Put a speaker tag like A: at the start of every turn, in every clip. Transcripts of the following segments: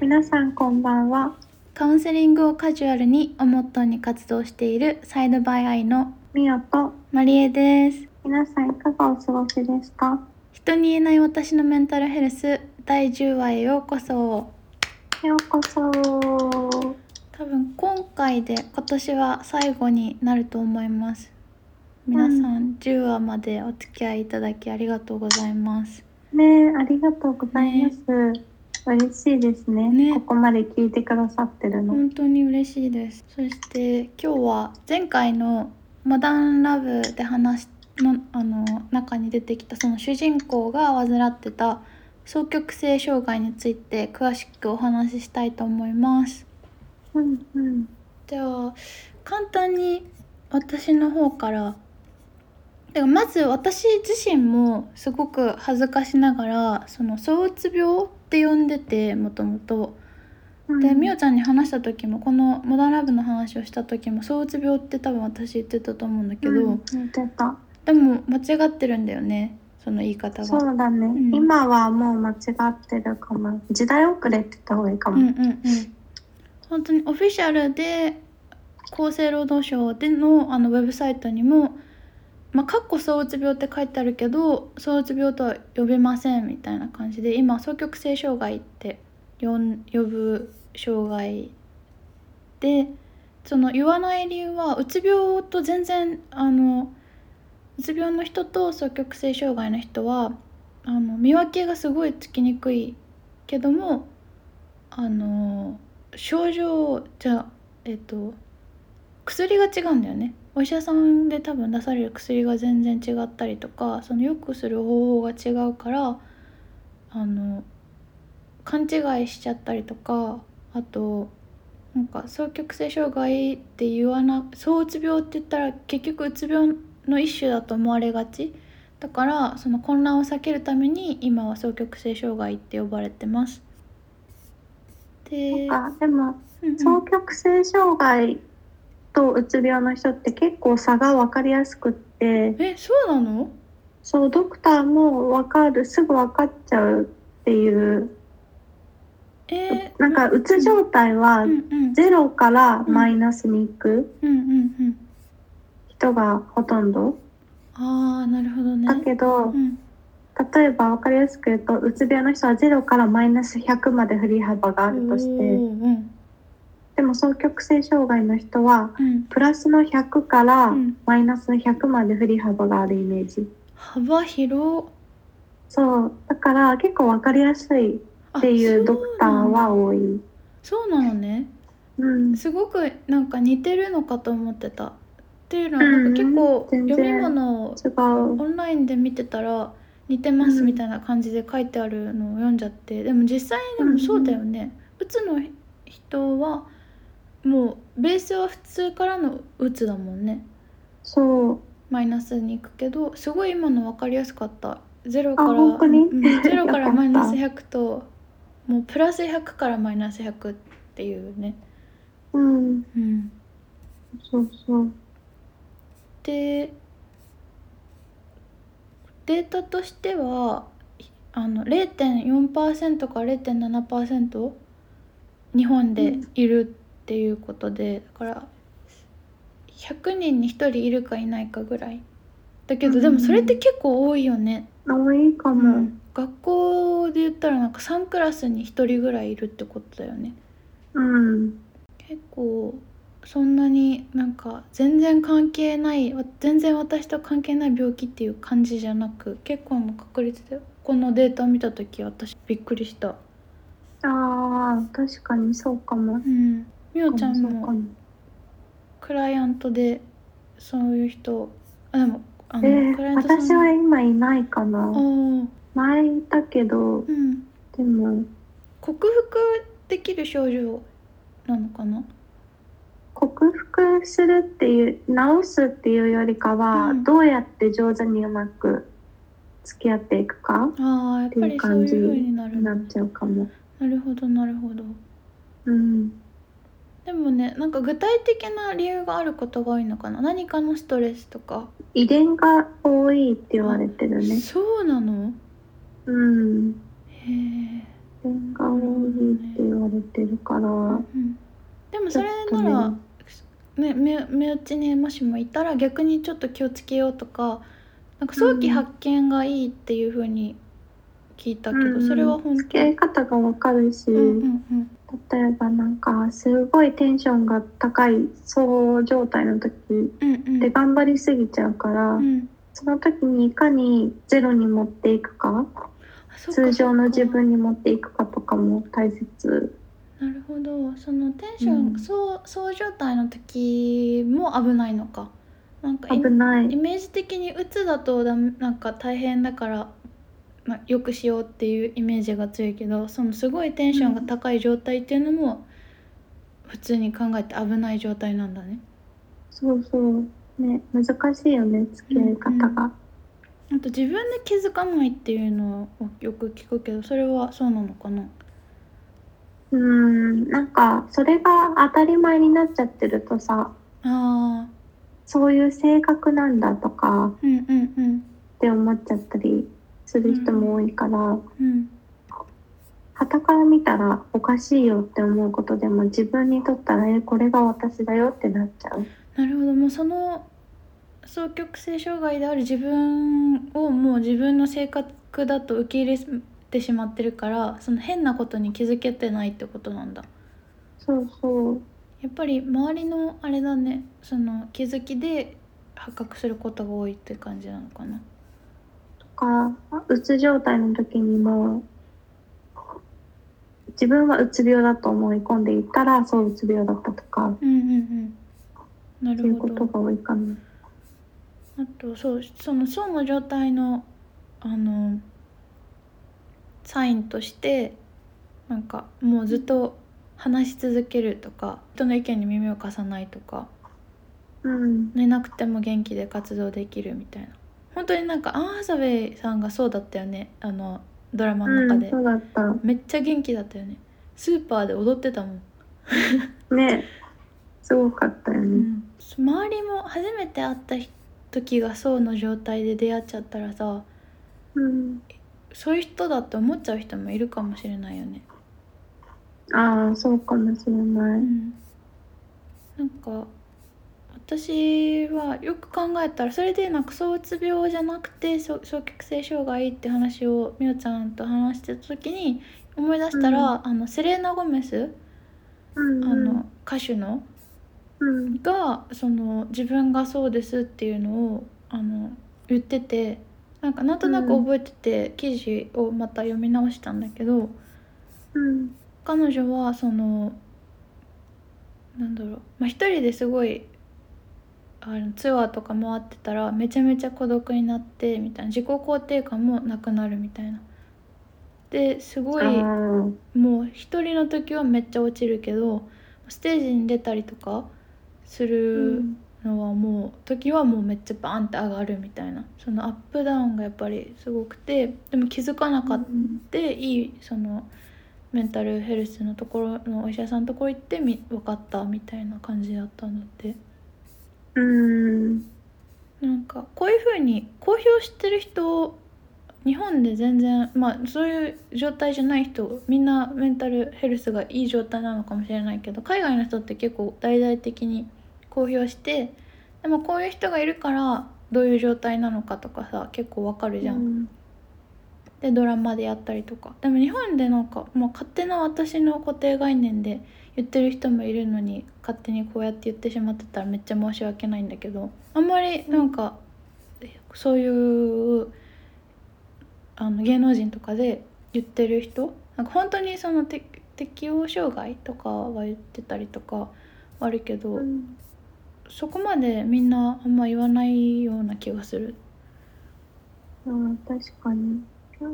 A: 皆さんこんばんは
B: カウンセリングをカジュアルにをモットーに活動しているサイドバイアイの
A: みよと
B: マリエです
A: 皆さんいかがお過ごしですか
B: 人に言えない私のメンタルヘルス第10話へようこそ
A: ようこそ
B: 多分今回で今年は最後になると思います皆さ
A: うん
B: 10話までお付き合いいただきありがとうございます
A: ねえありがとうございます、嬉しいですね
B: ね
A: ここまで聞いてくださってるの、
B: 本当に嬉しいですそして今日は前回の「モダンラブ」で話しのあの中に出てきたその主人公が患ってた双極性障害について詳しくお話ししたいと思います
A: うんうん
B: じゃあ簡単に私の方からでもまず私自身もすごく恥ずかしながらその躁うつ病って呼んでてもともと。
A: うん
B: でみおちゃんに話した時もこの「モダンラブ」の話をした時も躁うつ病って多分私言ってたと思うんだけど、
A: うん言ってた
B: でも間違ってるんだよねその言い方
A: そ
B: が。
A: うだね、
B: ん
A: 今はもう間違ってるかも時代遅れって言った方がいいか
B: うんう
A: も、
B: んうん、本当にオフィシャルで厚生労働省でのあのウェブサイトにも「まあ、かっこ躁うつ病」って書いてあるけど躁うつ病とは呼べませんみたいな感じで今双極性障害って呼ん呼ぶ障害でその言わない理由はうつ病と全然あのうつ病の人と双極性障害の人はあの見分けがすごいつきにくいけどもあの症状じゃえっと薬が違うんだよねお医者さんで多分出される薬が全然違ったりとかそのよくする方法が違うからあの勘違いしちゃったりとかあとなんか双極性障害って言わな躁うつ病って言ったら結局うつ病の一種だと思われがちだからその混乱を避けるために今は双極性障害って呼ばれてます。で、
A: なんかでも
B: うんうん
A: 双極性障害とうつ病の人って結構差が分かりやすくって
B: えそうなの
A: そうドクターも分かるすぐ分かっちゃうっていう
B: えー、
A: なんかうつ状態は
B: うんうんうん
A: 0からマイナスに行く
B: うんうん
A: 人がほとんど
B: ああなるほどね
A: だけど
B: うん
A: 例えば分かりやすく言うとうつ病の人は0からマイナス100まで振り幅があるとし
B: お
A: て
B: ーうん
A: でも双極性障害の人は
B: うん
A: プラスの100か
B: う
A: ら
B: ん
A: マイナスの100まで振り幅があるイメージ。
B: 幅広
A: そうだから結構わかりやすい
B: あ
A: っていうドクターは多い。
B: そうなのそうなのね
A: うん、
B: すごくなんか似てるのかと思ってたっていうのはなんか結構
A: うん全然
B: 読み物を
A: 違う。
B: オンラインで見てたら似てますみたいな感じで書いてあるのを読んじゃってでも実際でもそうだよね、うつの人はもうベースは普通からのうつだもんね
A: そう。
B: マイナスに行くけどすごい今の分かりやすかった0から
A: 本当に
B: うん、0か
A: よ
B: ら
A: かった
B: マイナス100ともうプラス100からマイナス100っていうね、
A: うん、
B: うん、
A: そうそう。
B: でデータとしてはあの0.4%から0.7%日本でいるっていうことで、だから100人に1人いるかいないかぐらいだけど、でもそれって結構多いよね
A: 多いかも。
B: 学校で言ったらなんか3クラスに1人ぐらいいるってことだよね
A: うん。
B: 結構そんなになんか全然関係ないわ全然私と関係ない病気っていう感じじゃなく結構の確率でこのデータを見た時私びっくりした
A: ああ、確かにそうかも。
B: うんみおちゃん
A: そうか
B: も
A: も
B: クライアントでそういう人あでもあ
A: え
B: の、クライ
A: ー、
B: アントさん
A: 私は今いないか
B: あ
A: な。
B: ー
A: 前いたけど、
B: うん
A: でも
B: 克服できる症状なのかな
A: 克服するっていう治すっていうよりかは、
B: うん
A: どうやって上手にうまく付き合っていくか
B: あーやっぱりそういう風になる
A: に
B: んだ
A: なっちゃうかも。
B: なるほどなるほど
A: うん。
B: でもねなんか具体的な理由があることが多いのかな何かのストレスとか、
A: 遺伝が多いって言われてるね。
B: そうなの
A: うん。遺
B: へえ
A: 伝が多いって言われってるから、
B: うん、でも
A: ちょ
B: そ
A: っ
B: れ
A: と
B: な
A: ね
B: ら、ね、身身内にもしもいたら逆にちょっと気をつけようとかなんか早期発見がいいっていうふうに聞いたけど、
A: うん
B: それは本
A: 付き
B: 当
A: 合
B: に
A: い方がわかるし、
B: うんうんうん
A: 例えばなんかすごいテンションが高いそう状態の時
B: うんうん
A: で頑張りすぎちゃうから、
B: うん
A: その時にいかにゼロに持っていくか
B: あそっか
A: 通常の自
B: そっ
A: 分に持っていくかとかも大切。
B: かなるほどそのテンション、
A: うん
B: そうそう状態の時も危ないのかなんかい
A: 危ない
B: イメージ的に鬱だとだめなんか大変だから、まあ、よくしようっていうイメージが強いけどそのすごいテンションが高い状態っていうのも普通に考えて危ない状態なんだね。
A: そうそう。ね、難しいよね、付き合い方が。
B: あと自分で気づかないっていうのをよく聞くけどそれはそうなのかな
A: うーん、なんか、それが当たり前になっちゃってるとさ、
B: あー
A: そういう性格なんだとか
B: うんうんうん
A: って思っちゃったりする人も多いから、
B: うん
A: 傍から見たらおかしいよって思うことでも自分にとったら、え、これが私だよってなっちゃう。
B: なるほどもうその双極性障害である自分をもう自分の性格だと受け入れてしまってるからその変なことに気づけてないってことなんだ
A: そうそう。
B: やっぱり周りのあれだねその気づきで発覚することが多いって感じなのかな
A: かうつ状態の時にも自分はうつ病だと思い込んでいたらそううつ病だったとか
B: うんうんうんな
A: そうい
B: る
A: うこ
B: ほ
A: と
B: ど
A: が多いかな。
B: あとそうその層の状態のあのサインとしてなんかもうずっと話し続けるとか人の意見に耳を貸さないとか
A: うん、
B: 寝なくても元気で活動できるみたいな本当になんかアン・ハサウェイさんがそうだったよねあのドラマの
A: う
B: 中
A: ん、
B: で、
A: そうだった。
B: めっちゃ元気だったよねスーパーで踊ってたもん
A: ねすごかったよ
B: う
A: ね。
B: ん、周りも初めて会った時が層の状態で出会っちゃったらさ
A: うん、
B: そういう人だって思っちゃう人もいるかもしれないよね。
A: ああそうかもしれな
B: う
A: い。
B: ん、なんか私はよく考えたらそれでなんか躁うつ病じゃなくてそう双極性障害って話をみおちゃんと話してた時に思い出したら、
A: う
B: あのセレーナ・ゴメス、
A: うん、
B: あの歌手の
A: うん、
B: がその自分がそうですっていうのをあの言っててなんかなんとなく覚えてて、記事をまた読み直したんだけど。
A: うん、
B: 彼女はそのなんだろう、まあ、一人ですごいあのツアーとか回ってたらめちゃめちゃ孤独になってみたいな自己肯定感もなくなるみたいな。ですごい
A: あ
B: もう一人の時はめっちゃ落ちるけどステージに出たりとかす
A: あ、う
B: る
A: ん、
B: のはもう時はもうめっちゃバーンって上がるみたいなそのアップダウンがやっぱりすごくてでも気づかなかったでいいそのメンタルヘルスのところのお医者さんのところ行ってみ分かったみたいな感じだったんだって
A: うん、
B: なんかこういうふうに公表してる人日本で全然まあそういう状態じゃない人みんなメンタルヘルスがいい状態なのかもしれないけど海外の人って結構大々的に公表してでもこういう人がいるからどういう状態なのかとかさ結構わかるじゃんでドラマでやったりとかでも日本でなんかもう勝手な私の固定概念で言ってる人もいるのに勝手にこうやって言ってしまってたらめっちゃ申し訳ないんだけどあんまりなんかそういうあの芸能人とかで言ってる人なんか本当にそのて適応障害とかは言ってたりとかはあるけど
A: うん、
B: そこまでみんなあんま言わないような気がする。
A: うん、確かに。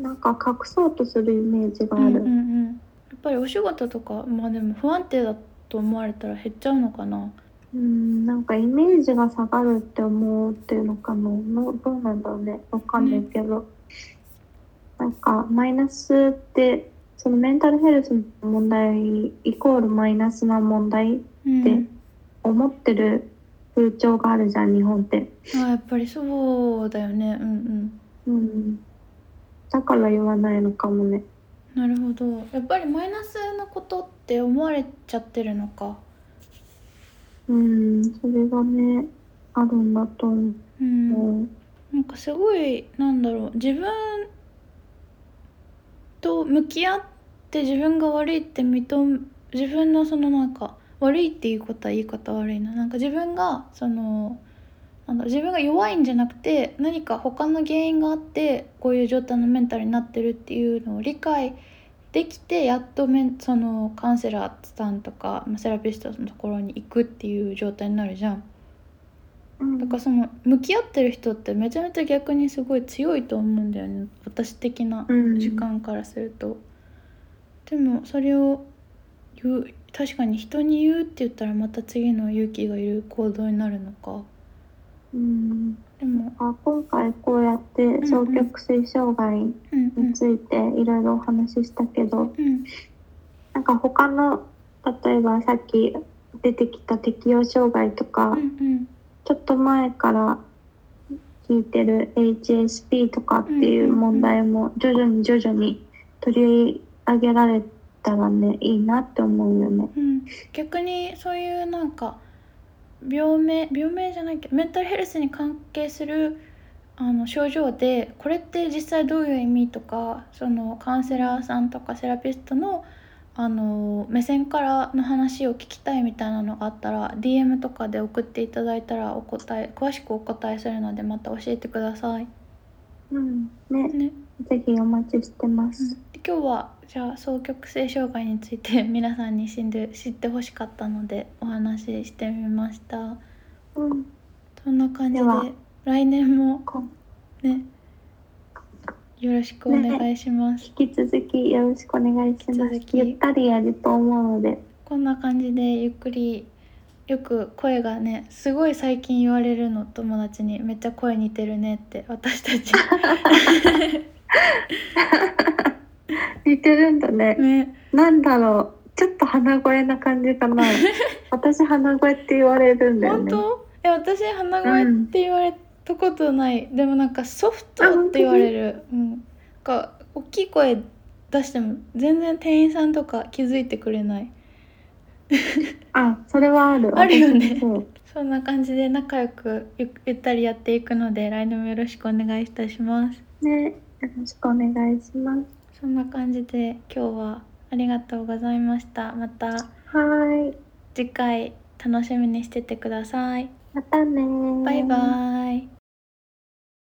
A: なんか隠そうとするイメージがあ
B: うん
A: る。
B: うんうん、やっぱりお仕事とかまあでも不安定だと思われたら減っちゃうのかな
A: うん、なんかイメージが下がるって思うっていうのかなのどうなんだろうねわかんないけど、なんかマイナスってそのメンタルヘルスの問題イコールマイナスな問題
B: うん
A: で思ってる風潮があるじゃん日本って、
B: あやっぱりそうだよねうん
A: うん、だから言わないのかもね
B: うんなるほどやっぱりマイナスのことって思われちゃってるのか
A: うん、それがね、あるんだと思
B: うん、
A: う。
B: なんかすごいなんだろう自分と向き合って自分が悪いって認め自分のそのなんか悪いっていうことは言い方悪いななんか自分がそのなんだろう自分が弱いんじゃなくて何か他の原因があってこういう状態のメンタルになってるっていうのを理解できてやっとめんそのカウンセラーさんとかまあセラピストのところに行くっていう状態になるじゃん。
A: うん
B: だからその向き合ってる人ってめちゃめちゃ逆にすごい強いと思うんだよね私的な
A: うん
B: 時間からすると、でもそれを言う確かに人に言うって言ったらまた次の勇気がいる行動になるのか
A: うん、
B: でも
A: あ今回こうやって双極性障害
B: うんうん
A: についていろいろお話ししたけど、
B: うん
A: なんか他の例えばさっき出てきた適応障害とか、
B: うんうん
A: ちょっと前から聞いてる HSP とかっていう問題も徐々に徐々に取り上げられたらねいいなって思うよね。
B: うん逆にそういうなんか病名病名じゃないけどメンタルヘルスに関係するあの症状でこれって実際どういう意味とかそのカウンセラーさんとかセラピストのあの目線からの話を聞きたいみたいなのがあったら DM とかで送っていただいたらお答え詳しくお答えするのでまた教えてください。
A: うん、ね
B: ね、
A: ぜひお待ちしてます。
B: で今日はじゃあ双極性障害について 皆さんに知んで知ってほしかったのでお話ししてみました
A: うん、
B: そんな感じで
A: では
B: 来年も
A: こ
B: ねよろしくお願いします、
A: 引き続きよろしくお願いしま
B: 引
A: す
B: き続。き
A: ゆったりやると思うので、
B: こんな感じでゆっくりよく声がねすごい最近言われるの友達にめっちゃ声似てるねって私たち
A: 似てるんだね。
B: ね
A: なんだろう、ちょっと鼻声な感じかな。 私鼻声って言われるんだよ
B: 本
A: ね。
B: 当え私鼻声って言われたことない、でもなんかソフトって言われるうんなんか大きい声出しても全然店員さんとか気づいてくれない
A: あ、それはある。
B: あるよね
A: 私もそう
B: そんな感じで仲良くゆゆったりやっていくので来年もよろしくお願いいたします
A: ね、よろしくお願いします。
B: そんな感じで今日はありがとうございましたまた
A: はーい、
B: 次回楽しみにしててください
A: またねー
B: バイバイ、